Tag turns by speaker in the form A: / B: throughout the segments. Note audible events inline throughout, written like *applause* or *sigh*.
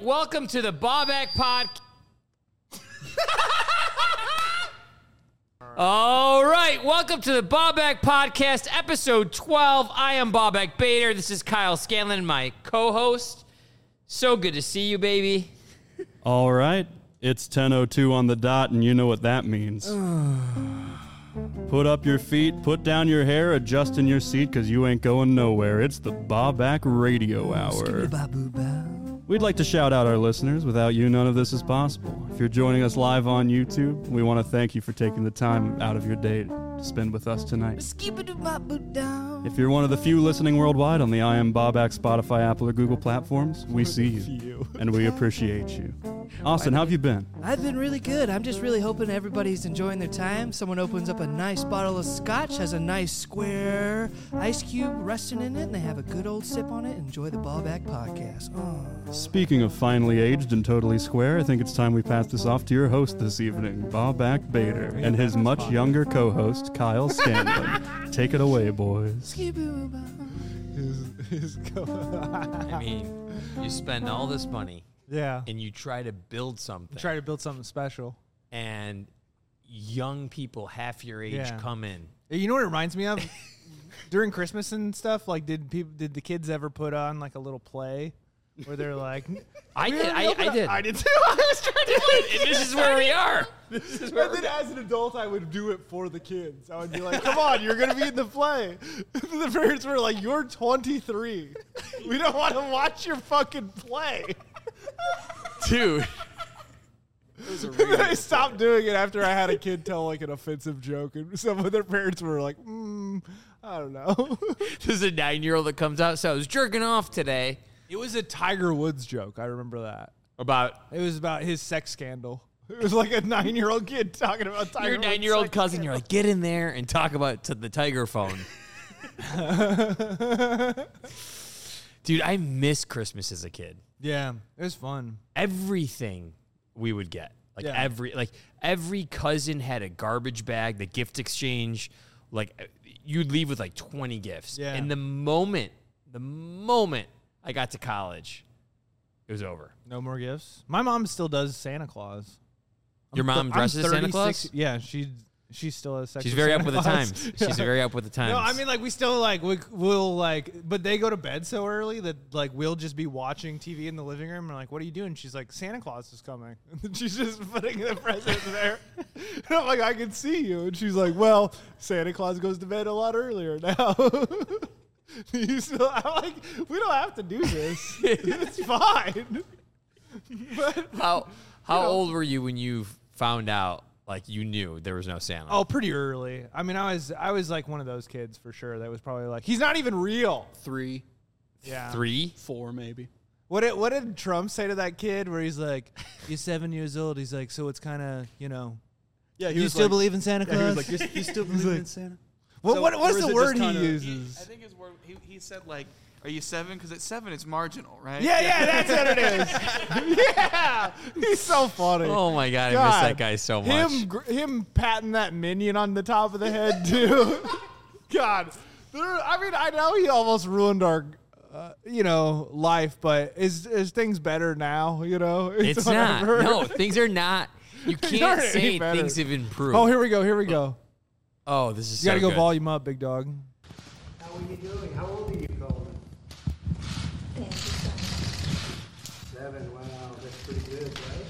A: Welcome to the Bobak Pod. *laughs* All right, welcome to the Bobak Podcast, episode 12. I am Bobak Bader. This is Kyle Scanlon, my co host. So good to see you, baby.
B: All right. It's 10:02 on the dot and you know what that means. *sighs* put up your feet, put down your hair, adjust in your seat cuz you ain't going nowhere. It's the Bobback Radio Hour. We'd like to shout out our listeners. Without you, none of this is possible. If you're joining us live on YouTube, we want to thank you for taking the time out of your day to spend with us tonight. If you're one of the few listening worldwide on the I Am Boback, Spotify, Apple, or Google platforms, we see you and we appreciate *laughs* you. Austin, how have you been?
C: I've been really good. I'm just really hoping everybody's enjoying their time. Someone opens up a nice bottle of scotch, has a nice square ice cube resting in it, and they have a good old sip on it. Enjoy the Ballback Podcast. Oh.
B: Speaking of finely aged and totally square, I think it's time we pass this off to your host this evening, Boback Bader, and his much younger co host, Kyle Scanlon. Take it away, boys.
A: I mean, you spend all this money
D: yeah.
A: and you try to build something,
D: Try to build something special.
A: and young people half your age
D: Yeah.
A: come in.
D: You know what it reminds me *laughs* of? During Christmas and stuff, like did people did the kids ever put on like a little play where they're like
A: I
D: "We
A: did. I,
D: already opened
A: I
D: up."
A: did.
D: I did too. *laughs* I was trying to do
A: And *laughs*
D: it.
A: this is where we are. This is where
D: But then as an adult I would do it for the kids. I would be like, Come on, you're gonna be in the play. *laughs* the parents were like, You're twenty three. We don't wanna watch your fucking play.
A: dude.
D: *laughs* And I stopped doing it after I had a kid tell like an offensive joke, and some of their parents were like, mm, "I don't know." *laughs*
A: There's a nine year old that comes out. So I was jerking off today
D: it was a Tiger Woods joke. I remember that.
A: about
D: It was about his sex scandal. It was like a nine-year-old kid talking about Tiger.
A: your
D: Woods'
A: nine year old
D: sex
A: cousin. You're like, get in there and talk about to the tiger
D: *laughs*
A: phone. dude, I miss Christmas as a kid.
D: yeah, it was fun.
A: Everything we would get. Like
D: Yeah.
A: every like every cousin had a garbage bag, the gift exchange. Like you'd leave with like 20 gifts.
D: Yeah.
A: And the moment, the moment I got to college, it was over.
D: No more gifts. My mom still does Santa Claus.
A: Your
D: I'm th-
A: mom
D: I'm
A: dresses as Santa
D: 36
A: Claus?
D: Yeah, she she still has sex.
A: She's
D: with
A: very
D: Santa
A: up with the
D: Claus. *laughs*
A: times.
D: Yeah.
A: She's very up with the times.
D: No, I mean like we still like we, we'll like, but they go to bed so early that like we'll just be watching TV in the living room and like, what are you doing? She's like, Santa Claus is coming. *laughs* And she's just putting the presents there. *laughs* And I'm like, I can see you. And she's like, well, Santa Claus goes to bed a lot earlier now. *laughs* you still, I'm like, we don't have to do *laughs* this. it's fine.
A: how how old were you when you found out like you knew there was no Santa?
D: Oh, pretty early. I mean, I was I was like one of those kids for sure. That was probably like, he's not even real.
B: Three,
D: Yeah. *laughs*
A: three.
B: four, maybe.
D: What did, what did Trump say to that kid where he's like, you're seven years old? He's like, so it's kind of, you know,
B: Yeah, he
D: you
B: was
D: still
B: like,
D: believe in Santa
B: yeah, he
D: Claus?
B: was like, you, you still believe in Santa?
D: what,
E: So-
D: what, what's
B: or is
D: the
B: it just
D: word he
B: kinda-
D: *laughs*
E: I
D: uses?
E: think his word. He, he said like, "Are you seven? Because at seven, it's marginal, right?"
D: Yeah, yeah, that's what it is. *laughs* yeah, he's so funny.
A: Oh my god, I miss
D: God.
A: that guy so much.
D: Him, gr- him patting that minion on the top of the head *laughs* too. God, there, I mean, I know he almost ruined our, uh, you know, life, but is is things better now? You know, *laughs*
A: it's not.
D: whatever. *laughs*
A: No, things are not. You
D: Things
A: can't
D: aren't
A: say
D: any better.
A: things have improved.
D: Oh, here we go. Here we go.
A: Oh, this is
D: You gotta
A: so
D: go
A: good.
D: volume up, big dog.
F: How are you doing? How old are you, Colin?
G: Thank you so much.
F: Seven. Wow, that's pretty good, right?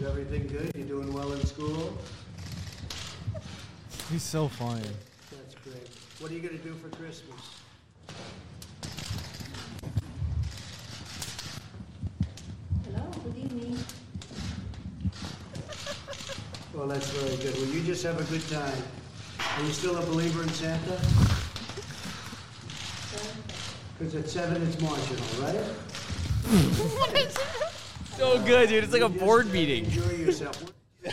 F: Is everything good? You doing well in school?
D: He's so funny.
F: That's great. What are you gonna do for Christmas?
G: Hello, good evening.
F: Well, that's really good. Well, you just have a good time. Are you still a believer in Santa? Because at seven, it's marginal, right?
A: So good, dude. It's like a
F: You just
A: board
F: gotta
A: meeting.
F: Enjoy yourself.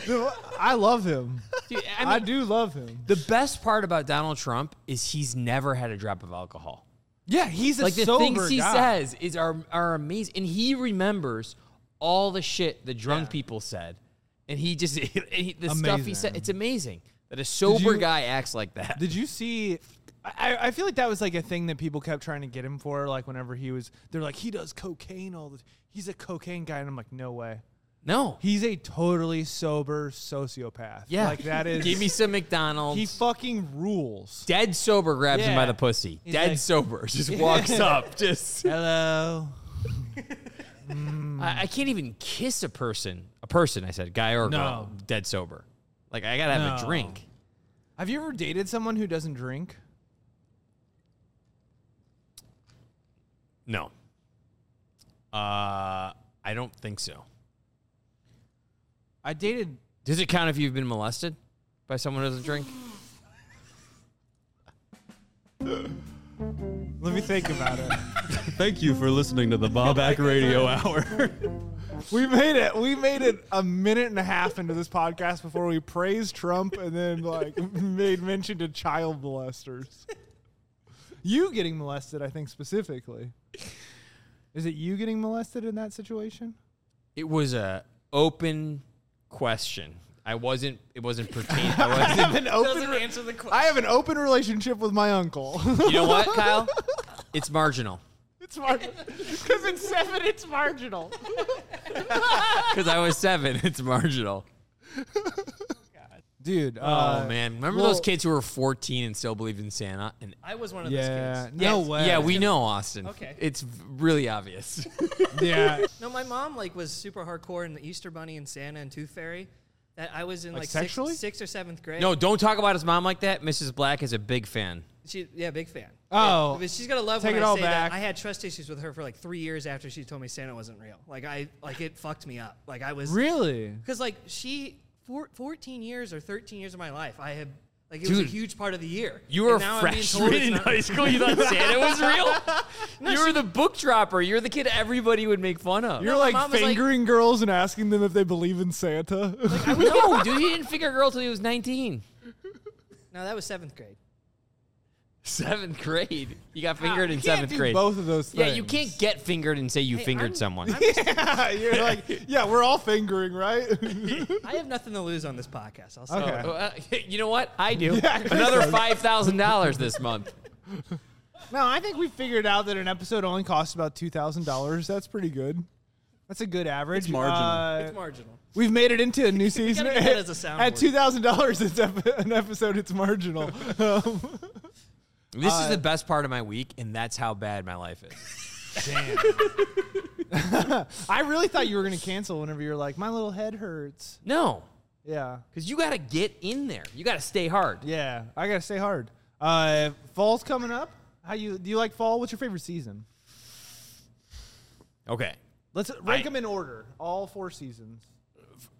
D: Dude, I love him.
A: *laughs* Dude, I
D: I,
A: mean,
D: do love him.
A: the best part about Donald Trump is he's never had a drop of alcohol.
D: Yeah, he's a
A: like the
D: sober
A: things he
D: guy.
A: says is are are amazing, and he remembers all the shit the drunk people said, and he just *laughs* and he, the stuff he said.
D: Amazing.
A: It's amazing that a sober
D: you-
A: guy acts like that.
D: Did you see? I- I, I feel like that was like a thing that people kept trying to get him for. Like whenever he was, they're like, he does cocaine all the. He's a cocaine guy, and I'm like, no way.
A: No.
D: He's a totally sober sociopath.
A: Yeah. *laughs*
D: like that is.
A: Give me some McDonald's.
D: he fucking rules.
A: dead sober grabs him by
D: Yeah.
A: the pussy.
D: He's
A: dead
D: like-
A: sober. *laughs* Just walks up.
D: *laughs*
A: Just
D: Hello. Mm.
A: I, I can't even kiss a person. A person, I said, guy or
D: No.
A: girl. Dead sober. Like I gotta have a
D: No.
A: drink.
D: Have you ever dated someone who doesn't drink?
A: No. Uh I don't think so.
D: I dated.
A: Does it count if you've been molested by someone who doesn't drink?
D: Let me think about it.
B: Thank you for listening to the Bob Ack Radio Hour.
D: We made it. We made it a minute and a half into this podcast before we praised Trump and then like *laughs* made mention to child molesters. You getting molested, I think specifically. Is it you getting molested in that situation?
A: It was a open question. I wasn't it wasn't pertaining I wasn't
D: I have an open. re-
E: answer the question.
D: I have an open relationship with my uncle. *laughs*
A: You know what, Kyle? It's marginal.
D: it's marginal. Because it's seven, it's
A: *laughs*
D: marginal.
A: Because I was seven, it's marginal.
D: Dude. Oh
A: oh man, remember those kids who were 14 and still believed in Santa? And
H: I was one of those
D: Yeah.
H: kids.
D: No
H: Yes.
D: way.
A: yeah, we know Austin.
H: Okay.
A: it's v- really obvious. *laughs*
D: Yeah.
H: No, my mom like was super hardcore in the Easter Bunny and Santa and Tooth Fairy. That I was in
D: Like
H: like, sixth-
D: sexually?
H: sixth or seventh grade.
A: no, don't talk about his mom like that. Mrs. Black is a big fan.
H: she yeah, big fan.
D: Oh.
H: Yeah, but she's gonna love
D: Take
H: when
D: it
H: I
D: all
H: say
D: back.
H: that. I had trust issues with her for like three years after she told me Santa wasn't real. Like I like it fucked me up. Like I was
D: Really?
H: because like she for, 14 years or 13 years of my life I had like it was a
A: Dude.
H: huge part of the year.
A: You were
H: And
A: a
H: now I'm being told
A: freshman
H: it's
D: *laughs*
A: in
H: not-
A: high school. You thought Santa was real. you were the book dropper. You're the kid everybody would make fun of.
D: You're
H: my
D: like
H: mom was like-
D: *laughs* fingering girls and asking them if they believe in Santa. *laughs*
A: no, dude, he didn't figure a girl till he was 19.
H: No, that was seventh grade.
A: Seventh grade. You got fingered in seventh grade.
D: *laughs* Both of those
A: yeah, you can't get fingered and say you fingered
H: I'm-
A: someone.
D: *laughs* Yeah, you're like, yeah, we're all fingering, right? *laughs*
H: I have nothing to lose on this podcast. I'll say
D: Okay.
H: it.
A: Uh, *laughs* you know what? I do.
D: Yeah, Chris
A: Another five thousand dollars this month.
D: no, I think we figured out that an episode only costs about two thousand dollars. That's pretty good. That's a good average.
B: It's marginal.
D: Uh,
H: it's marginal.
D: we've made it into
H: *laughs*
D: a new season.
H: get that as a soundboard.
D: *laughs* At two thousand dollars, it's ep- an episode.
H: *laughs*
D: It's marginal. Um,
A: *laughs* This
D: Uh,
A: is the best part of my week, and that's how bad my life is. *laughs*
D: *laughs* I really thought you were gonna cancel whenever you were like, my little head hurts.
A: No,
D: Yeah.
A: because you got to get in there. You got to stay hard.
D: Yeah, I gotta stay hard. Uh, fall's coming up. How you do you like fall? What's your favorite season?
A: Okay.
D: Let's rank them in order. All four seasons.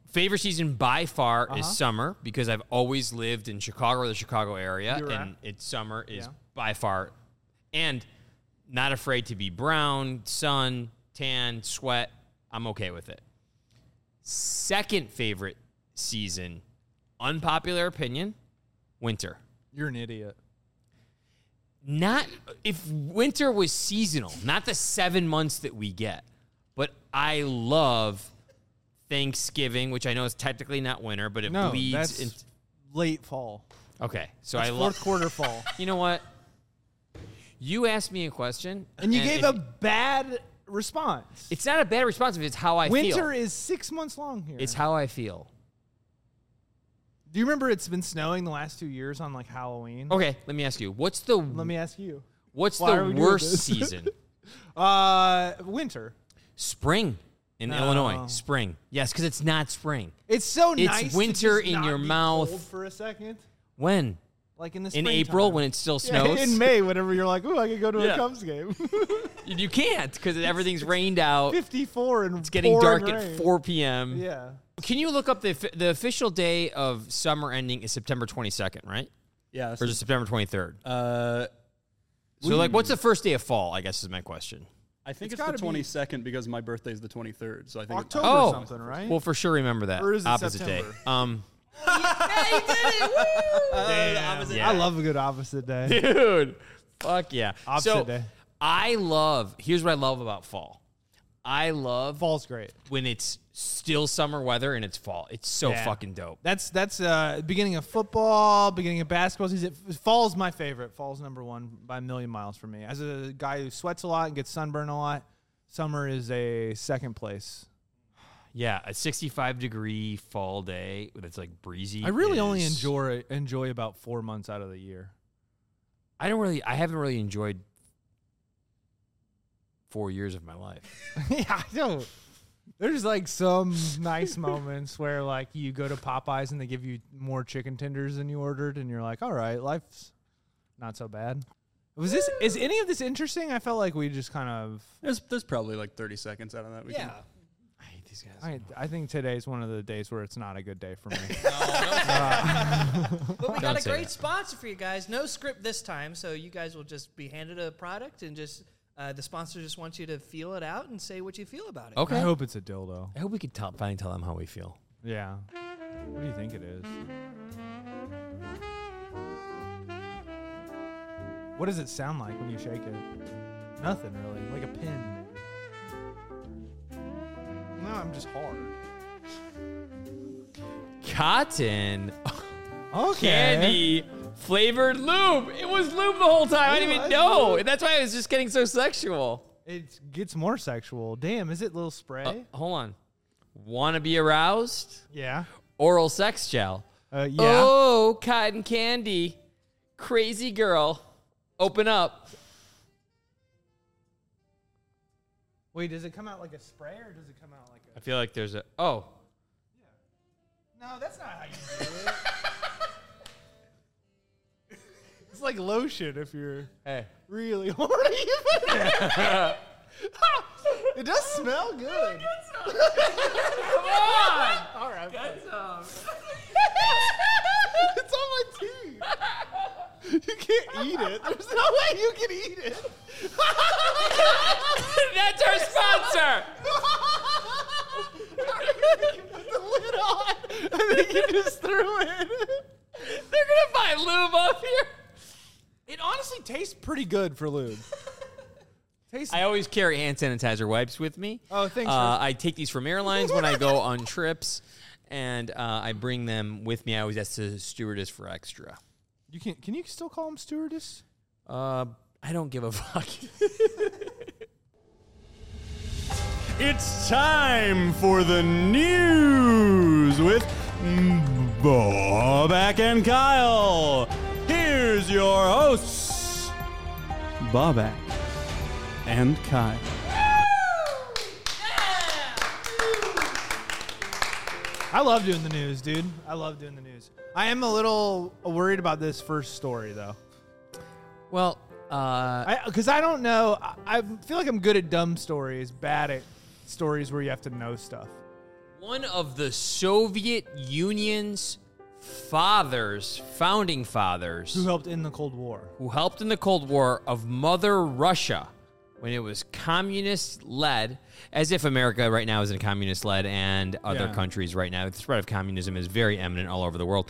A: Favorite season by far
D: Uh-huh.
A: is summer because I've always lived in Chicago or the Chicago area,
D: You're right.
A: and it's summer is
D: Yeah.
A: by far, and not afraid to be brown, sun, tan, sweat. I'm okay with it. Second favorite season, unpopular opinion, winter.
D: You're an idiot.
A: not if winter was seasonal, not the seven months that we get, but I love Thanksgiving, which I know is technically not winter, but it
D: No,
A: bleeds.
D: that's
A: In,
D: late fall.
A: okay, so
D: That's
A: I
D: fourth
A: love.
D: quarter fall.
A: You know what? You asked me a question,
D: And you gave a
A: it-
D: bad response.
A: It's not a bad response. If it's how I
D: Winter
A: feel.
D: is six months long here.
A: It's how I feel.
D: Do you remember it's been snowing the last two years on like Halloween?
A: Okay, let me ask you. What's the
D: Let me ask you.
A: what's
D: why are
A: the
D: we doing
A: worst
D: this? *laughs*
A: season?
D: Uh, winter.
A: Spring in
D: No.
A: Illinois. Spring. Yes, because it's not spring.
D: It's so
A: It's
D: nice. to
A: winter
D: just
A: in
D: not
A: your
D: be
A: mouth.
D: cold for a second,
A: When?
D: like in the
A: In April
D: springtime.
A: when it still
D: *laughs* Yeah,
A: snows.
D: in May, whenever you're like, "Ooh, I could go to
A: Yeah.
D: a Cubs
A: *laughs*
D: game."
A: You can't because everything's rained out. It's
D: Fifty-four and it's
A: getting dark at 4 p.m.
D: Yeah,
A: Can you look up the f- the official day of summer ending is September 22nd, right?
B: Yeah.
A: Or is it September 23rd?
B: uh,
A: so like, what's the first day of fall? I guess is my question.
B: I think
D: It's
B: it's,
D: gotta
B: the
D: be-
B: 22nd because my birthday's the 23rd. So I think it's-
D: October
A: Oh.
D: something, right?
A: We'll for sure remember that.
D: Or is it
A: opposite day.
D: September?
A: Um,
D: *laughs* Uh, I love a good opposite day.
A: *laughs* dude, fuck yeah.
D: Opposite
A: so
D: day.
A: I love. Here's what I love about fall. I love
D: Fall's great.
A: when it's still summer weather and it's fall. It's so
D: Yeah.
A: fucking dope.
D: That's that's uh, beginning of football, beginning of basketball season. Fall's my favorite. Fall's number one by a million miles for me. As a guy who sweats a lot and gets sunburned a lot, summer is a second place.
A: Yeah, a 65 degree fall day that's like breezy.
D: I really only
A: is-
D: enjoy enjoy about four months out of the year.
A: I don't really. I haven't really enjoyed four years of my life.
D: *laughs* yeah, I don't. There's like some nice moments *laughs* where like you go to Popeyes and they give you more chicken tenders than you ordered, and you're like, all right, life's not so bad. Was this is any of this interesting? I felt like we just kind of.
I: There's, there's probably like 30 seconds out of that. We can-
A: I hate these guys.
D: I, I think today's one of the days where it's not a good day
A: *laughs*
D: for me.
H: But we
A: Don't
H: got a
A: say
H: great
A: that.
H: sponsor for you guys. No script this time, so you guys will just be handed a product and just uh, the sponsor just wants you to feel it out and say what you feel about it.
A: Okay.
D: I hope it's a dildo.
A: I hope we could tell, finally tell them how we feel.
D: Yeah. What do you think it is? What does it sound like when you shake it? Nothing really, like a pin. No, I'm just hard.
A: Cotton
D: Okay.
A: candy flavored lube. It was lube the whole time. I didn't
D: It
A: even
D: was
A: know. And that's why I was just getting so sexual.
D: It gets more sexual. Damn, is it little spray?
A: Uh, hold on. Want to be aroused?
D: yeah.
A: Oral sex gel.
D: Uh, yeah.
A: Oh, cotton candy. Crazy girl. Open up.
D: Wait, does it come out like a spray or does it come out like a?
A: I feel like there's a. Oh.
D: No, that's not how you do it. *laughs* it's like lotion if you're
A: Hey.
D: really *laughs* horny. *laughs* it does smell good. *laughs* *laughs* it's on my teeth. You can't eat it. There's no way you can eat it.
A: That's our sponsor.
D: I think you just threw it.
A: They're gonna find lube up here.
D: It honestly tastes pretty good for *laughs* lube. Tastes
A: I always carry hand sanitizer wipes with me.
D: Oh, thanks,
A: Uh,
D: Ruth.
A: I take these from airlines when I go *laughs* on trips, and uh, I bring them with me. I always ask the stewardess for extra.
D: You can can you still call him stewardess?
A: Uh, I don't give a fuck.
B: It's time for the news with Bobak and Kyle. Here's your hosts, Bobak and Kyle.
D: I love doing the news, dude. I love doing the news. I am a little worried about this first story though.
A: well, uh,
D: I cuz I don't know I, I feel like I'm good at dumb stories, bad at stories where you have to know stuff.
A: one of the Soviet Union's fathers, founding fathers,
D: Who helped in the Cold War?
A: *laughs* who helped in the Cold War of Mother Russia when it was communist led, as if America right now is in communist led and other
D: Yeah.
A: countries right now. The spread of communism is very eminent all over the world.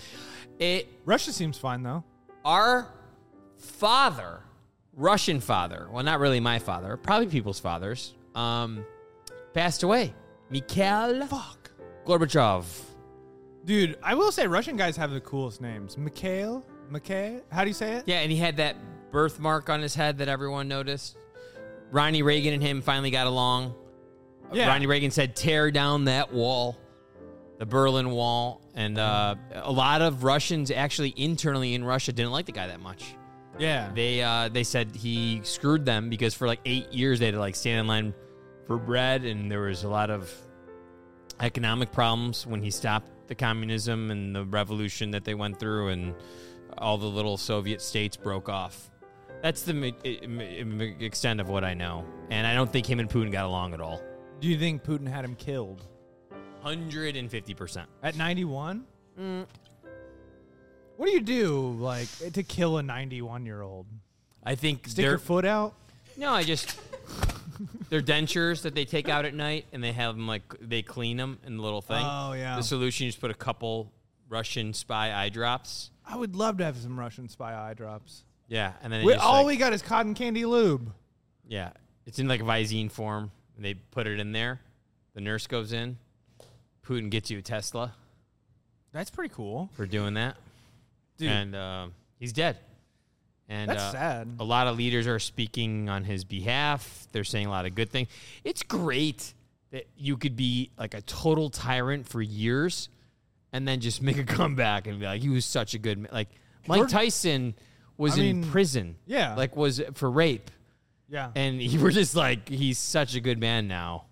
A: It
D: Russia seems fine though.
A: our father, Russian father, well, not really my father, probably people's fathers, um, passed away. Mikhail Fuck. Gorbachev.
D: Dude, I will say Russian guys have the coolest names. Mikhail, Mikhail, how do you say it?
A: Yeah, and he had that birthmark on his head that everyone noticed. Ronnie Reagan and him finally got along. Ronnie Reagan said, "Tear down that wall, the Berlin Wall," and uh, a lot of Russians actually internally in Russia didn't like the guy that much.
D: Yeah.
A: They uh, they said he screwed them because for like eight years they had to like stand in line for bread, and there was a lot of economic problems when he stopped the communism and the revolution that they went through, and all the little Soviet states broke off. That's the mi- i- mi- extent of what I know, and I don't think him and Putin got along at all.
D: Do you think Putin had him killed?
A: Hundred and fifty percent.
D: At 91? What do you do, like, to kill a 91 year old?
A: I think
D: Stick
A: they're
D: your foot out?
A: no. I just they're dentures that they take out at night and they have them like they clean them in the little thing.
D: Oh, yeah.
A: The solution is put a couple Russian spy eye drops.
D: I would love to have some Russian spy eye drops.
A: Yeah, and then it
D: We,
A: just,
D: all
A: like-
D: we got is cotton candy lube.
A: yeah, it's in like Visine form. and they put it in there. The nurse goes in. Putin gets you a Tesla
D: That's pretty cool.
A: for doing that,
D: Dude.
A: and uh, he's dead. And
D: That's
A: uh,
D: sad.
A: a lot of leaders are speaking on his behalf. They're saying a lot of good things. It's great that you could be like a total tyrant for years and then just *laughs* make a comeback and be like, he was such a good man. Like Mike
D: Jordan-
A: Tyson was
D: I
A: in
D: mean,
A: prison.
D: yeah.
A: Like was for rape.
D: Yeah.
A: And *laughs* you were just like, he's such a good man now.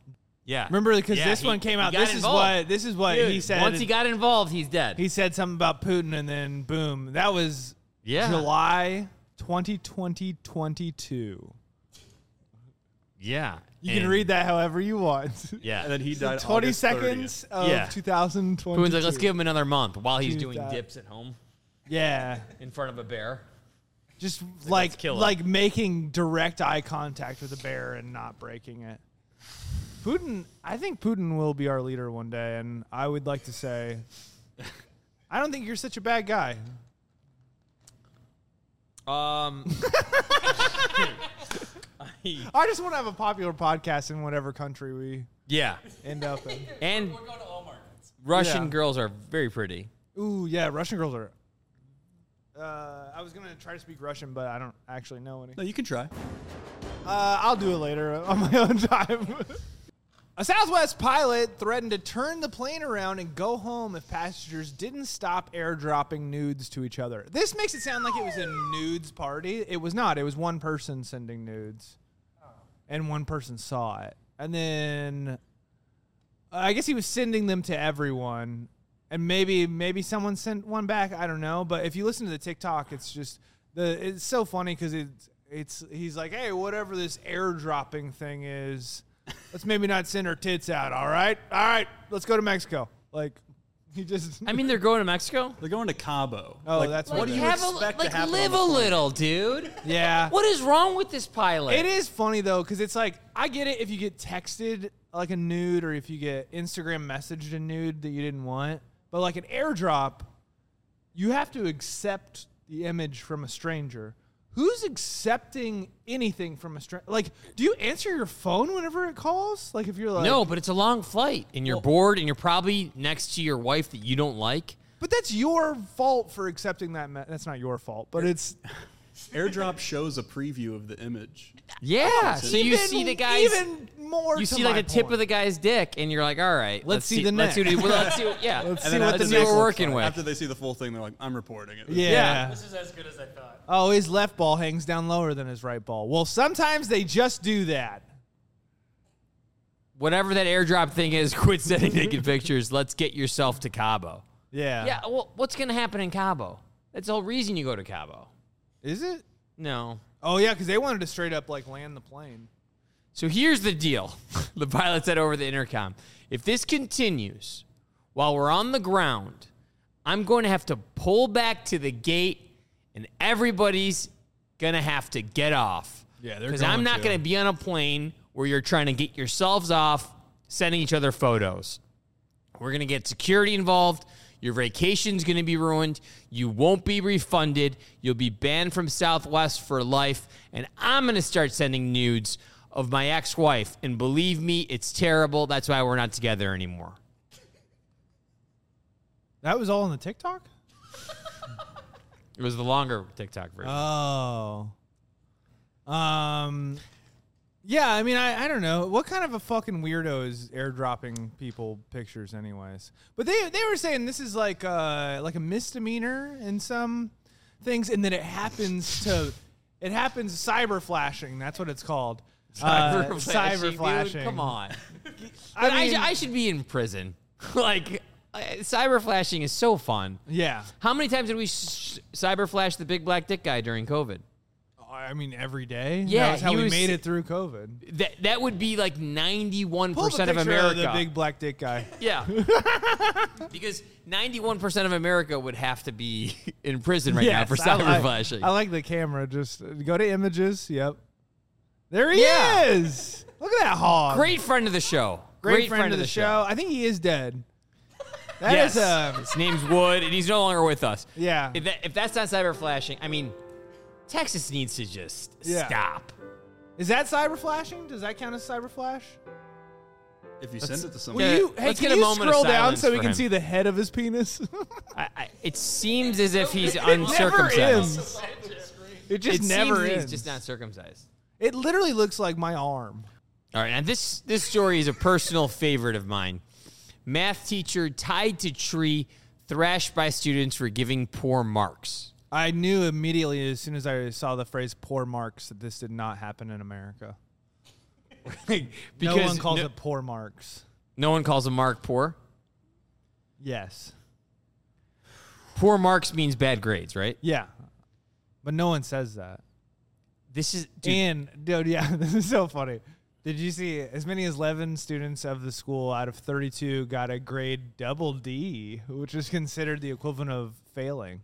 A: Yeah.
D: Remember, because
A: Yeah,
D: this
A: he-
D: one came
A: he
D: out.
A: got
D: This
A: involved.
D: is what this is what
A: Dude,
D: he said.
A: Once he got involved, he's dead.
D: he said something about Putin, and then boom, that was
A: yeah.
D: July 2020, 22.
A: Yeah.
D: You can read that however you *laughs* want.
A: *laughs* Yeah.
I: And then he died.
D: 20
I: August 30th.
D: seconds of
A: Yeah.
D: 2020.
A: Putin's like, let's give him another month while he's
D: Dude,
A: doing
D: that-
A: dips at home
D: Yeah.
A: in front of a bear.
D: Just like
A: kill him.
D: like making direct eye contact with the bear and not breaking it. Putin, I think Putin will be our leader one day, and I would like to
A: *laughs*
D: say, I don't think you're such a bad guy.
A: Um,
D: I just want to have a popular podcast in whatever country we
A: *laughs* yeah,
D: end up
A: *laughs*
D: in.
A: and Russian
D: Yeah.
A: girls are very pretty.
D: Ooh, yeah, Russian girls are. Uh, I was gonna try to speak Russian, but I don't actually know any.
I: No, you can try.
D: Uh, I'll do it later *laughs* on my own time. *laughs* a Southwest pilot threatened to turn the plane around and go home if passengers didn't stop airdropping nudes to each other. This makes it sound like it was a nudes party. It was not. It was one person sending nudes, and one person saw it. And then I guess he was sending them to everyone, and maybe maybe someone sent one back. I don't know, but if you listen to the TikTok, it's just the it's so funny because it's it's he's like, hey, whatever this airdropping thing is, let's maybe not send our tits out. All right, all right, let's go to Mexico. Like he just
A: I mean, they're going to Mexico.
I: They're going to Cabo.
D: oh that's
I: What
D: what
I: do
D: it
I: you
D: is.
A: Have a,
I: expect to
A: like
I: happen on
A: live
I: the
A: a
I: plane?
A: little,
D: *laughs*
A: dude.
D: yeah.
A: What is wrong with this pilot?
D: It is funny though, because it's like I get it if you get texted like a nude, or if you get Instagram messaged a nude that you didn't want, but like an airdrop, you have to accept the image from a stranger. Who's accepting anything from a stranger? Like, do you answer your phone whenever it calls? Like, if you're like,
A: No, but it's a long flight, and you're bored, and you're probably next to your wife that you don't like.
D: but that's your fault for accepting that. Me- that's not your fault, but it's
I: Airdrop shows a preview of the image.
A: Yeah.
D: *laughs*
A: So you
D: even-
A: see the guy's.
D: even more.
A: you
D: to
A: see like
D: my
A: the tip
D: point.
A: of the guy's dick, and you're like, "All right, let's,
D: see the
A: Let's see what
D: neck."
A: he, well, *laughs* let's see. What, yeah, let's
D: Let's see what the
A: see what
D: next
A: we're
D: looks
A: working with.
I: After they see the full thing, they're like, I'm reporting it.
D: yeah.
A: This
H: is as good as I thought.
D: Oh, his left ball hangs down lower than his right ball. Well, sometimes they just do that.
A: whatever that airdrop thing is, *laughs* quit sending naked pictures. Let's get yourself to Cabo.
D: Yeah.
A: Yeah, well, what's going to happen in Cabo? That's the whole reason you go to Cabo.
D: Is it?
A: No.
D: Oh yeah, because they wanted to straight up like land the plane.
A: So here's the deal *laughs* the pilot said over the intercom if this continues while we're on the ground, I'm going to have to pull back to the gate and everybody's going to have to get off.
I: Yeah, they're
A: Because I'm
I: going
A: not
I: to.
A: going to be on a plane where you're trying to get yourselves off, sending each other photos. We're going to get security involved. Your vacation's going to be ruined. You won't be refunded. You'll be banned from Southwest for life. And I'm going to start sending nudes of my ex wife. And believe me, it's terrible. That's why we're not together anymore.
D: That was all on the TikTok.
A: It was the longer TikTok version.
D: Oh. Um. Yeah, I mean, I, I don't know what kind of a fucking weirdo is airdropping people pictures, anyways. But they they were saying this is like uh like a misdemeanor in some things, and that it happens to it happens cyber flashing. That's what it's called.
A: *laughs*
D: Uh,
A: flashing, dude,
D: cyber flashing.
A: Come on.
D: I
A: I,
D: mean,
A: I should be in prison. *laughs* like, uh, cyber flashing is so fun.
D: yeah.
A: How many times did we sh- cyber flash the big black dick guy during COVID?
D: I mean, every day.
A: Yeah,
D: that was how
A: he
D: we
A: was-
D: made it through COVID.
A: That that would be like ninety one
D: Pull the
A: percent of
D: picture
A: America.
D: the big black dick guy.
A: yeah, *laughs* because ninety one percent of America would have to be *laughs* in prison right now for
D: I
A: cyber
D: like-
A: flashing.
D: I like the camera. Just uh, go to images. Yep. There he
A: Yeah.
D: is. Look at that hog.
A: Great friend of the show.
D: Great friend, of the, show. I think he is dead. That
A: Yes,
D: is um
A: his name's Wood, and he's no longer with us.
D: yeah.
A: If, that, if that's not cyber flashing, I mean, Texas needs to just
D: Yeah.
A: stop.
D: Is that cyber flashing? Does that count as cyber flash?
I: If you send it to
D: Will
I: somebody,
A: Yeah,
D: you, hey,
A: let's
D: can
A: get a
D: you
A: moment of
D: scroll down
A: silence
D: so we
A: for
D: can
A: him.
D: see the head of his penis? *laughs*
A: I, I, it seems as if he's
D: never
A: uncircumcised.
D: ends. It just
A: It
D: never
A: seems
D: ends.
A: he's just not circumcised.
D: It literally looks like my arm.
A: All right, now this this story is a personal favorite of mine. Math teacher tied to tree, thrashed by students for giving poor marks. *laughs*
D: I knew immediately as soon as I saw the phrase "poor marks" that this did not happen in America.
A: because
D: no one calls
A: no,
D: it poor marks.
A: no one calls a mark poor.
D: Yes.
A: Poor marks means bad grades, right?
D: Yeah. But no one says that.
A: This is dude,
D: And dude, yeah, *laughs* this is so funny. Did you see as many as 11 students of the school out of 32 got a grade double D, which is considered the equivalent of failing?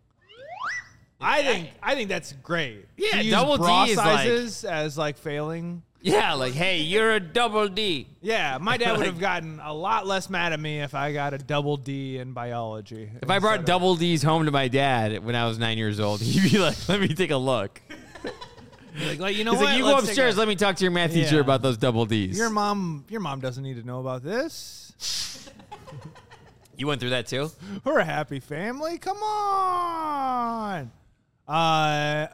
D: I think I think that's great.
A: Yeah,
D: To use
A: double D
D: bra
A: is like-
D: sizes as like failing.
A: yeah, like hey, you're a double D.
D: Yeah, my dad *laughs* would have gotten a lot less mad at me if I got a double D in biology.
A: If I brought
D: instead of-
A: double D's home to my dad when I was nine years old, *laughs* he'd be like, "Let me take a look."
D: like, like, you know
A: He's
D: what?
A: like, "You go
D: Let's take
A: upstairs.
D: a-
A: Let me talk to your math teacher
D: Yeah.
A: about those double D's."
D: your mom, your mom doesn't need to know about this. *gasps*
A: you went through that too.
D: We're a happy family. Come on. Uh,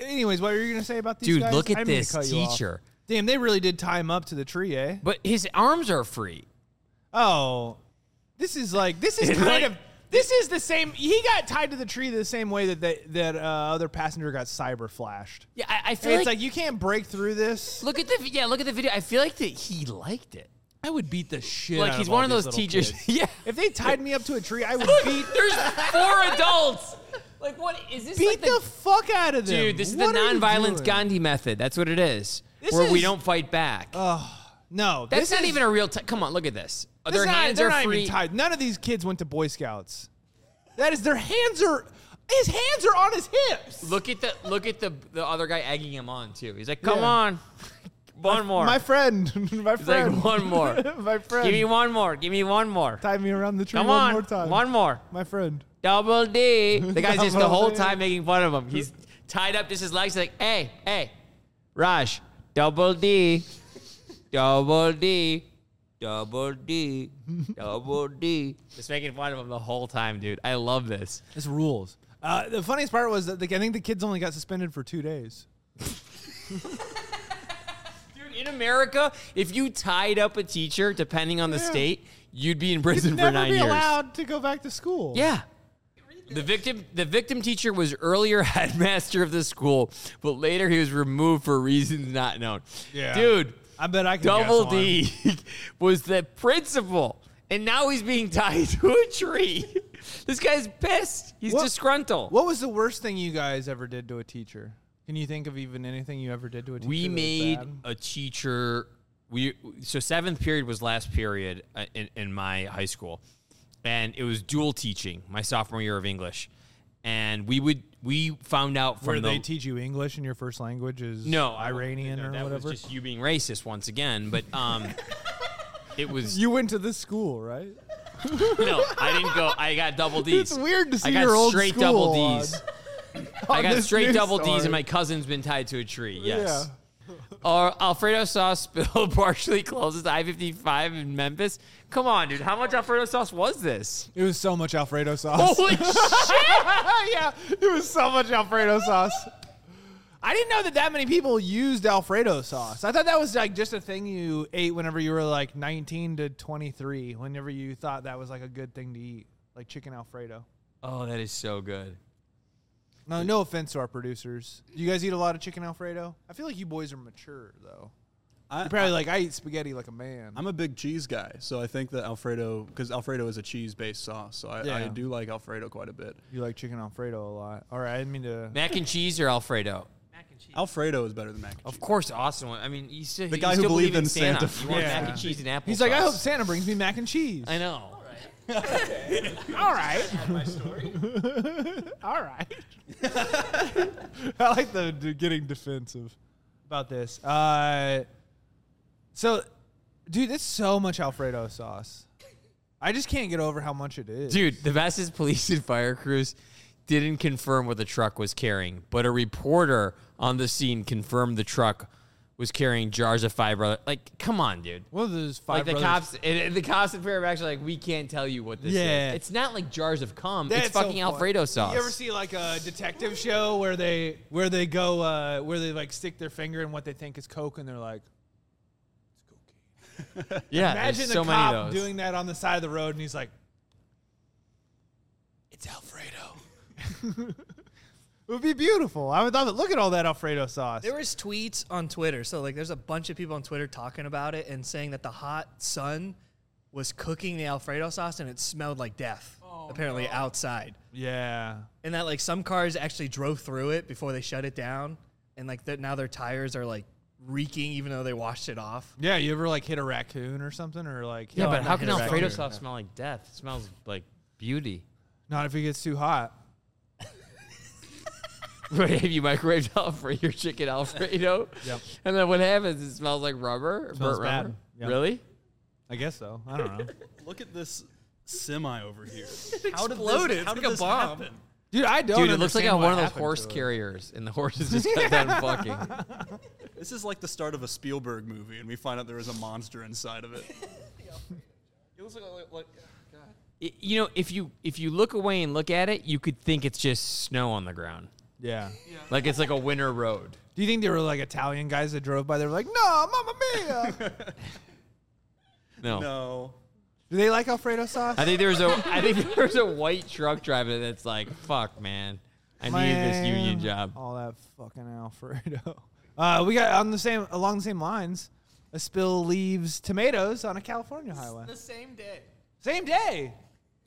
D: anyways, what were you gonna say about these
A: Dude,
D: guys?
A: look at
D: I didn't mean to
A: this
D: cut you off.
A: teacher.
D: Damn, they really did tie him up to the tree, eh?
A: But his arms are free.
D: Oh, this is like this is
A: *laughs* It's
D: kind
A: like-
D: of this is the same. He got tied to the tree the same way that they, that uh, other passenger got cyber flashed.
A: Yeah, I, I feel like,
D: And it's like you can't break through this.
A: look at the yeah, look at the video. I feel like that he liked it.
D: I would beat the shit.
A: like
D: out
A: he's
D: all
A: one of
D: these
A: those
D: little
A: teachers.
D: kids.
A: *laughs* yeah,
D: If they tied me up to a tree,
A: *laughs*
D: I would beat
A: there's four adults. Like what is this?
D: beat
A: like
D: the, fuck out of them.
A: dude, this is the
D: What are you
A: nonviolence
D: doing?
A: Gandhi method. That's what it is.
D: This
A: where we
D: is-
A: don't fight back.
D: No,
A: That's
D: this
A: not
D: is-
A: even a real. T- Come on, look at this. Uh,
D: That's
A: Their
D: not-
A: hands
D: they're
A: are
D: not
A: free.
D: Even tied. None of these kids went to Boy Scouts. That is, their hands are. His hands are on his hips.
A: Look at the look at the the other guy egging him on too. He's like, "Come
D: Yeah.
A: on, one more."
D: My friend, *laughs* my
A: He's like,
D: friend,
A: "One more.
D: *laughs* my friend.
A: Give me one more. Give me one more.
D: Tie me around the tree
A: Come
D: one
A: on,
D: more time.
A: one more.
D: My friend.
A: Double D. The guy's just the
D: Double
A: whole
D: D.
A: time making fun of him. He's tied up just his legs. He's like, hey, hey, Raj, double D, double D, double D, double D. Just making fun of him the whole time, dude. I love this.
D: This rules. Uh, the funniest part was that the, I think the kids only got suspended for two days.
A: Dude, in America, if you tied up a teacher, depending on the state, you'd be in prison for
D: Never
A: nine
D: be
A: years.
D: allowed to go back to school.
A: Yeah. The victim, the victim teacher was earlier *laughs* headmaster of the school, but later he was removed for reasons not known.
D: Yeah.
A: Dude,
D: I bet I can.
A: Double
D: guess one.
A: D *laughs* was the principal, and now he's being tied *laughs* to a tree. this guy's pissed. He's
D: What-
A: disgruntled.
D: What was the worst thing you guys ever did to a teacher? Can you think of even anything you ever did to a teacher?
A: we
D: that was
A: made
D: bad?
A: a teacher we so seventh period was last period uh, in, in my high school and it was dual teaching my sophomore year of english and we would we found out from
D: where
A: the
D: they teach you English and your first language is
A: no I-
D: Iranian
A: no,
D: or
A: that
D: whatever.
A: was just you being racist once again but
D: *laughs*
A: um it was
D: you went to this school, right?
A: no i didn't go i got double d's
D: It's weird to see
A: i got
D: your old
A: straight
D: school
A: double
D: on-
A: d's
D: on
A: I got
D: this
A: straight
D: news
A: double D's,
D: story.
A: and my cousin's been tied to a tree. Yes. Or Alfredo sauce *laughs* spill partially closes I 55 in Memphis. Come on, dude. How much Alfredo sauce was this?
D: It was so much Alfredo
A: *laughs*
D: sauce.
A: Holy shit!
D: *laughs* yeah, it was so much Alfredo sauce. I didn't know that that many people used Alfredo sauce. I thought that was like just a thing you ate whenever you were like 19 to 23, whenever you thought that was like a good thing to eat, like chicken Alfredo.
A: Oh, that is so good.
D: No, no offense to our producers. You guys eat a lot of chicken Alfredo? I feel like you boys are mature though.
I: I,
D: You're probably like I eat spaghetti like a man.
I: I'm a big cheese guy, so I think that Alfredo, because Alfredo is a cheese-based sauce, so I, I
D: Yeah.
I: do like Alfredo quite a bit.
D: you like chicken Alfredo a lot. All right, I didn't mean to.
A: Mac and cheese or Alfredo?
I: Alfredo is better than mac and cheese.
A: Of course, awesome. I mean, you still,
I: The
A: you
I: guy who
A: still believe
I: believed in Santa.
A: You want
D: Yeah.
A: mac and cheese and apple.
D: He's like, I hope Santa brings me mac and cheese.
A: I know.
D: All right. *laughs* All right. I like the d- getting defensive about this. Uh, so, dude, it's so much Alfredo sauce. I just can't get over how much it is.
A: Dude, the best is police and fire crews didn't confirm what the truck was carrying, but a reporter on the scene confirmed the truck was carrying jars of five brother. Like, come on, dude.
D: One of those five
A: Like the
D: brothers-
A: cops, and- and the cops in Fair are actually like, we can't tell you what this
D: Yeah.
A: is. It's not like jars of cum.
D: That's
A: it's
D: so
A: fucking
D: funny.
A: Alfredo sauce.
D: You ever see like a detective show where they where they go uh, where they like stick their finger in what they think is coke and they're like,
A: yeah, there's
D: imagine
A: so
D: a
A: many
D: cop
A: of those.
D: doing that on the side of the road and he's like,
A: it's Alfredo.
D: it would be beautiful. I would love it. Look at all that Alfredo sauce.
H: There was tweets on Twitter. So like there's a bunch of people on Twitter talking about it and saying that the hot sun was cooking the Alfredo sauce and it smelled like death. apparently outside.
D: yeah,
H: And that like some cars actually drove through it before they shut it down. And like that now their tires are like reeking even though they washed it off.
D: yeah. You ever like hit a raccoon or something or like?
A: Yeah,
D: No,
A: but
D: not
A: how
D: hit
A: can
D: a raccoon.
A: Alfredo sauce smell like death? It smells like beauty. *laughs*
D: Not if it gets too hot.
A: Wait, have you microwaved *laughs* Alfredo your chicken Alfredo?
D: *laughs* Yep.
A: And then what happens? It smells like rubber,
D: Smells
A: burnt rubber.
D: bad. Yeah.
A: Really?
D: I guess so. I
A: *laughs*
D: don't know,
I: Look at this semi
D: *laughs*
I: over here.
H: How exploded.
I: How
H: it's
I: did
H: like a
I: this
H: bomb.
I: happen?
D: dude. I don't.
A: Dude, it looks like
D: understand
A: I'm
D: what
A: one of those
D: happened
A: horse
D: to it.
A: carriers, and the horses just got done
D: *laughs*
A: fucking.
I: This is like the start of a Spielberg movie, and we find out there was a monster inside of it.
E: It looks like, like, like God.
A: I- You know, if you if you look away and look at it, you could think it's just snow on the ground,
D: Yeah.
A: like it's like a winter road.
D: Do you think they were like Italian guys that drove by? They were like, "No, Mamma
A: *laughs*
D: Mia."
A: No.
I: No.
D: Do they like Alfredo sauce?
A: I think there's a I think *laughs* there's a white truck driver that's like, fuck, man, I need this union job.
D: All that fucking Alfredo. *laughs* Uh, we got on the same along the same lines. A spill leaves tomatoes on a California highway.
H: The same day.
D: Same day.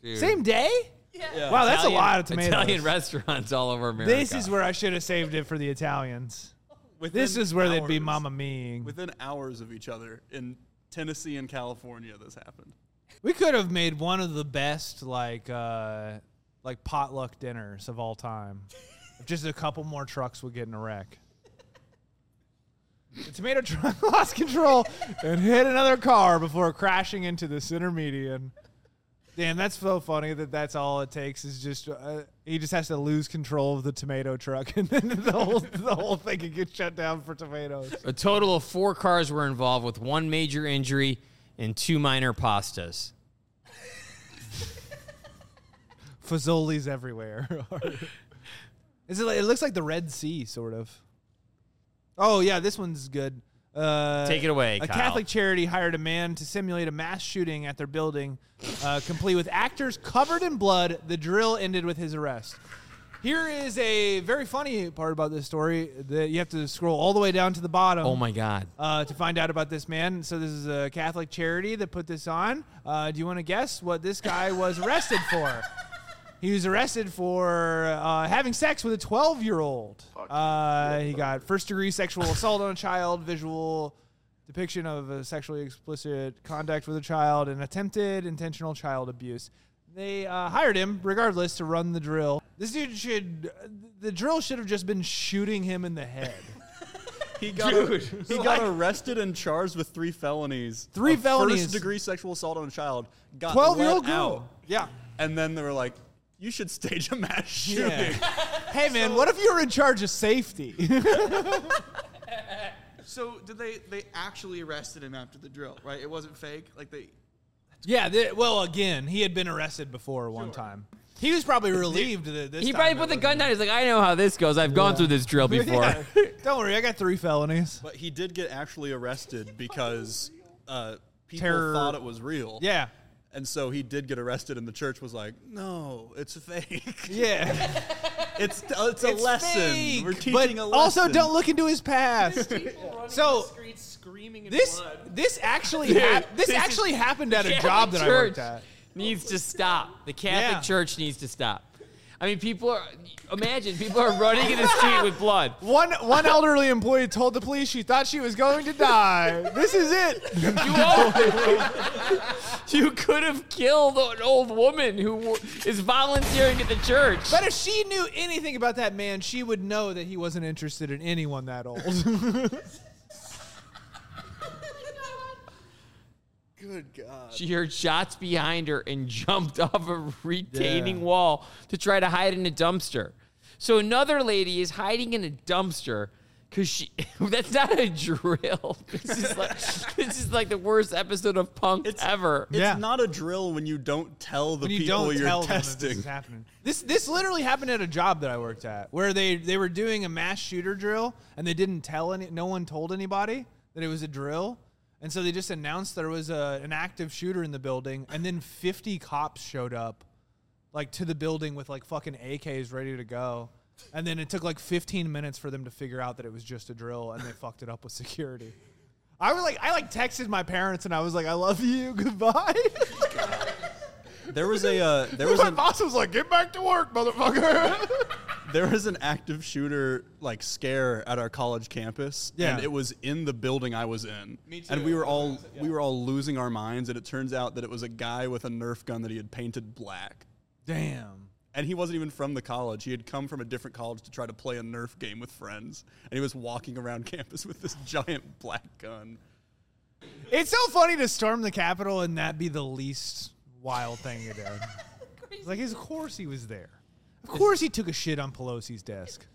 A: Dude.
D: Same day.
I: Yeah.
D: Wow, that's
A: Italian-
D: a lot of tomatoes.
A: Italian restaurants all over America.
D: this is where I should have saved it for the Italians.
I: Within
D: This is where they'd be
I: hours-
D: mama meing.
I: Within hours of each other in Tennessee and California, this happened.
D: We could have made one of the best like uh, like potluck dinners of all time. if just a couple more trucks would get in a wreck. The tomato truck *laughs* lost control and hit another car before crashing into the center median. Damn, that's so funny that that's all it takes is just uh, he just has to lose control of the tomato truck *laughs* and then the whole the whole thing could get shut down for tomatoes.
A: A total of four cars were involved with one major injury and two minor pastas.
D: Fazoli's everywhere. *laughs* Is it? Like, it looks like the Red Sea, sort of. Oh yeah, this one's good. Uh,
A: Take it away,
D: A
A: Kyle.
D: Catholic charity hired a man to simulate a mass shooting at their building, uh, complete with actors covered in blood. The drill ended with his arrest. Here is a very funny part about this story that you have to scroll all the way down to the bottom
A: Oh my god.
D: uh, to find out about this man. So this is a Catholic charity that put this on. Uh, do you want to guess what this guy was arrested for? *laughs* He was arrested for uh, having sex with a 12 year old. Uh, he got first degree sexual assault on a child, visual depiction of a sexually explicit conduct with a child, and attempted intentional child abuse. They uh, hired him, regardless, to run the drill. This dude should, the drill should have just been shooting him in the head.
I: He got, he got arrested and charged with three felonies.
D: Three
I: of
D: felonies.
I: First degree sexual assault on a child. Got
D: 12 year
I: let
D: old girl.
I: out,
D: Yeah.
I: And then they were like, you should stage a mass shooting.
D: *laughs* Hey man, what if you were in charge of safety? *laughs*
E: So did they? They actually arrested him after the drill, right? It wasn't fake. Like they.
D: yeah. th- well, again, he had been arrested before one time. He was probably relieved that this.
A: He
D: time
A: probably
D: it
A: put the
D: wasn't-
A: gun down. He's like, I know how this goes. I've gone through this drill before.
D: *laughs* Yeah. Don't worry, I got three felonies.
I: But he did get actually arrested because uh, people
D: Terror.
I: thought it was real.
D: Yeah.
I: And so he did get arrested, and the church was like, no,
D: *laughs*
I: it's fake.
D: Yeah.
I: it's uh, it's, a lesson.
D: fake,
I: We're teaching
D: but
I: a lesson.
D: Also, don't look into his past. So- the this this actually hap- this, actually happened at a
A: Catholic
D: job that I worked
A: Church
D: at.
A: Needs to stop. The Catholic
D: Yeah.
A: Church needs to stop. I mean, people are. Imagine people are running in the street with blood.
D: One one elderly employee told the police she thought she was going to die. This is it.
A: *laughs* You, all- you could have killed an old woman who w- is volunteering at the church.
D: But if she knew anything about that man, she would know that he wasn't interested in anyone that old.
I: Good God.
A: She heard shots behind her and *laughs* jumped off a retaining wall to try to hide in a dumpster. So another lady is hiding in a dumpster. Cause she, *laughs* that's not a drill. *laughs* This is like this is like the worst episode of Punk
I: It's-
A: ever.
I: It's
D: Yeah.
I: not a drill when you don't tell the
D: when you
I: people
D: don't
I: you're
D: tell them that this
I: testing.
D: is happening. This this literally happened at a job that I worked at, where they they were doing a mass shooter drill, and they didn't tell any, no one told anybody that it was a drill, and so they just announced there was a, an active shooter in the building, and then fifty cops showed up, like to the building with like fucking AKs ready to go. And then it took like 15 minutes for them to figure out that it was just a drill, and they fucked it up with security. I was like, I like texted my parents, and I was like, "I love you, *laughs* goodbye."
I: There was a uh,
D: *laughs*
I: there was
D: my
I: an,
D: boss was like, "Get back to work, motherfucker." *laughs*
I: there was an active shooter like scare at our college campus,
D: Yeah.
I: and it was in the building I was in.
E: Me too.
I: And we were all we were all losing our minds, and it turns out that it was a guy with a Nerf gun that he had painted black.
D: Damn.
I: And he wasn't even from the college. He had come from a different college to try to play a Nerf game with friends. And he was walking around *laughs* campus with this giant black gun.
D: It's so funny to storm the Capitol and that be the least wild thing you did. like, of course he was there. Of course he took a shit on Pelosi's desk.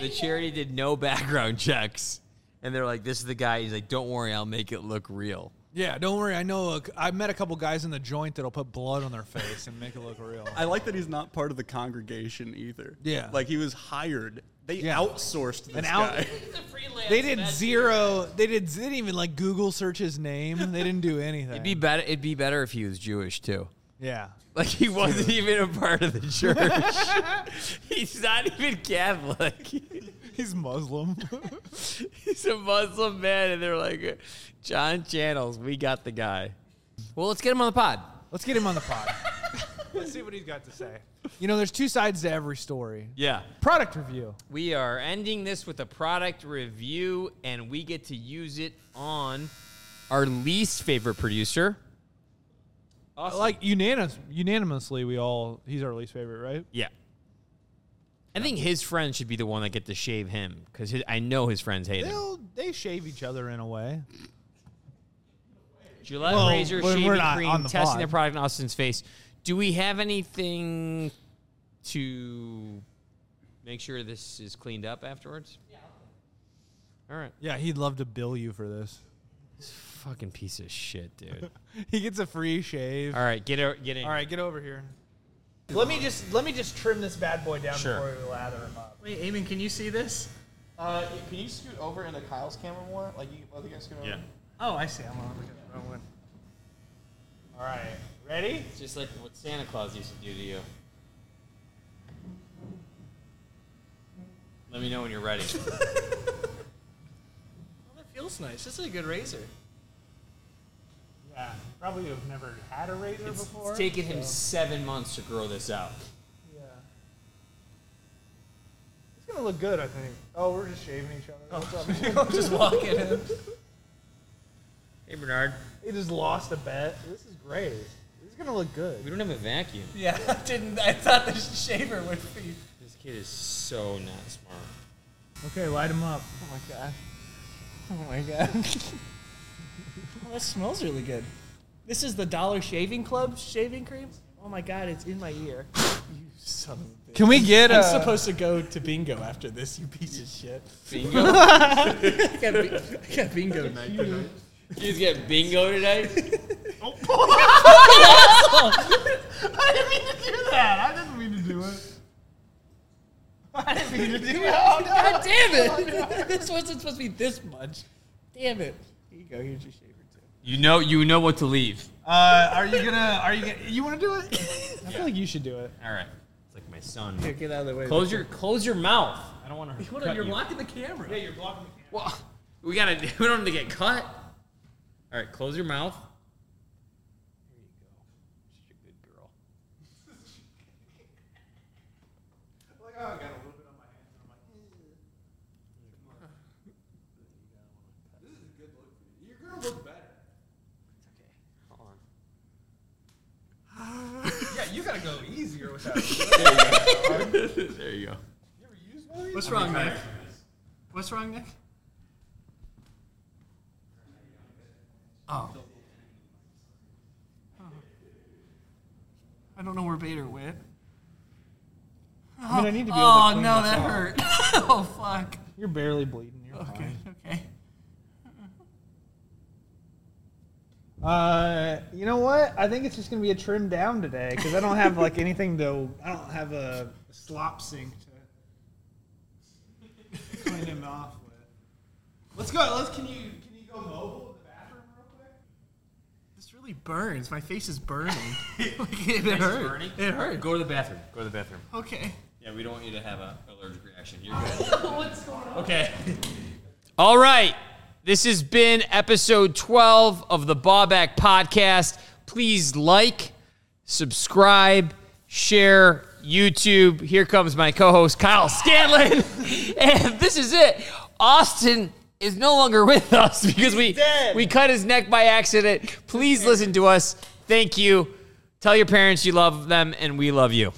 A: The charity did no background checks, and they're like, "This is the guy." He's like, "Don't worry, I'll make it look real."
D: Yeah, don't worry. I know. A, I met a couple guys in the joint that'll put blood on their face and make it look *laughs* real.
I: I like that he's not part of the congregation either.
D: Yeah.
I: Like he was hired. They
D: Yeah.
I: outsourced this
D: An out-
I: guy.
D: They did zero. They did they didn't even like Google search his name. They didn't do anything.
A: It'd be better. It'd be better if he was Jewish too.
D: yeah.
A: Like he wasn't even a part of the *laughs* church. He's not even Catholic.
D: He's Muslim. *laughs*
A: He's a Muslim man, and they're like, "John Channels, we got the guy." Well, let's get him on the pod.
D: Let's get him on the
E: *laughs*
D: pod. Let's see what he's got to say. You know, there's two sides to every story.
A: Yeah.
D: Product review.
A: We are ending this with a product review, and we get to use it on our least favorite producer.
D: Like unanimous, unanimously, we all he's our least favorite, right?
A: Yeah. I think his friends should be the one that get to shave him because I know his friends hate him.
D: They'll they shave each other in a way.
A: Gillette
D: Well,
A: razor
D: we're- we're
A: shaving
D: not
A: cream
D: on the
A: testing
D: pod.
A: their product in Austin's face. Do we have anything to make sure this is cleaned up afterwards? Yeah. All right.
D: Yeah, he'd love to bill you for this.
A: Fucking piece of shit, dude.
D: *laughs* He gets a free shave.
A: All right, get o- get in.
D: All right, get over here. Let me just let me just trim this bad boy down before we lather him up.
E: Wait, Eamon, can you see this? Uh, can you scoot over into Kyle's camera more? Like, you both guys scoot over? Yeah.
D: Oh, I see. I'm on the wrong one. All right, ready?
A: It's just like what Santa Claus used to do to you. Let me know when you're ready.
D: Oh,
H: That feels nice. This is a good razor.
D: Yeah, probably have never had a razor
A: it's,
D: before.
A: it's taken him seven months to grow this out.
D: Yeah. It's gonna look good, I think. Oh, we're just shaving each other. What's up?
H: Just walk in.
A: Hey Bernard,
D: He just lost a bet. This is great. This is gonna look good.
A: we don't have a vacuum.
H: Yeah, I didn't. I thought the shaver would be.
A: This kid is so not smart.
D: Okay, light him up. Oh my god.
H: *laughs* Oh my god. *laughs* oh, that smells really good. This is the Dollar Shaving Club shaving cream. Oh my god, it's in my *laughs* ear. You son of a bitch.
D: Can we get uh,
H: I'm
D: a?
H: supposed to go to bingo after this, you piece of shit. *laughs*
A: Bingo.
H: I got, bi- I got bingo night *laughs* tonight.
A: you just get bingo today.
D: I didn't mean to do that. I didn't mean to do it. I didn't mean to do
H: *laughs*
D: it.
H: God damn it! this wasn't supposed to be this much. Damn it. Here you go, here's your shaver too.
A: You know, you know what to leave.
D: Uh, are you gonna? Are you gonna? You want to do it? I feel like you should do it.
A: All right. It's like my son.
H: Here, get out of the way.
A: Close your close your mouth. I don't want to.
H: Hold on, you're blocking the camera. Yeah, you're blocking the
A: Well, we gotta. *laughs* We don't want to get cut. All right, close your mouth. There you go. She's a good
D: *laughs*
A: girl.
D: oh, "Eh." *laughs*
H: camera. What's wrong, Nick? What's wrong, Nick? Oh. Oh. I don't know where Bader went.
D: I mean, I need to be able to
H: Oh,
D: clean
H: no,
D: this
H: that
D: up.
H: hurt. *laughs* oh, fuck.
D: You're barely bleeding. You're
E: You're fine. Okay.
D: Uh, you know what? I think it's just gonna be a trim down today because I don't
H: *laughs*
D: have like anything to. I don't have a slop sink to clean him off with.
E: Let's go. Let's. Can you can you go mobile in the bathroom real quick?
H: This really burns. My face is burning. like, it hurt. It hurt.
A: Go to the bathroom. Go to the bathroom.
H: Okay.
A: Yeah, we don't want you to have an allergic reaction. *laughs* You're good. What's going on? Okay. *laughs* All right. This has been episode 12 of the Bawback Podcast. Please like, subscribe, share, YouTube. Here comes my co host, Kyle Scanlon. *laughs* and this is it. Austin is no longer with us *laughs* because we, we cut his neck by accident. Please listen to us. Thank you. Tell your parents you love them and we love you.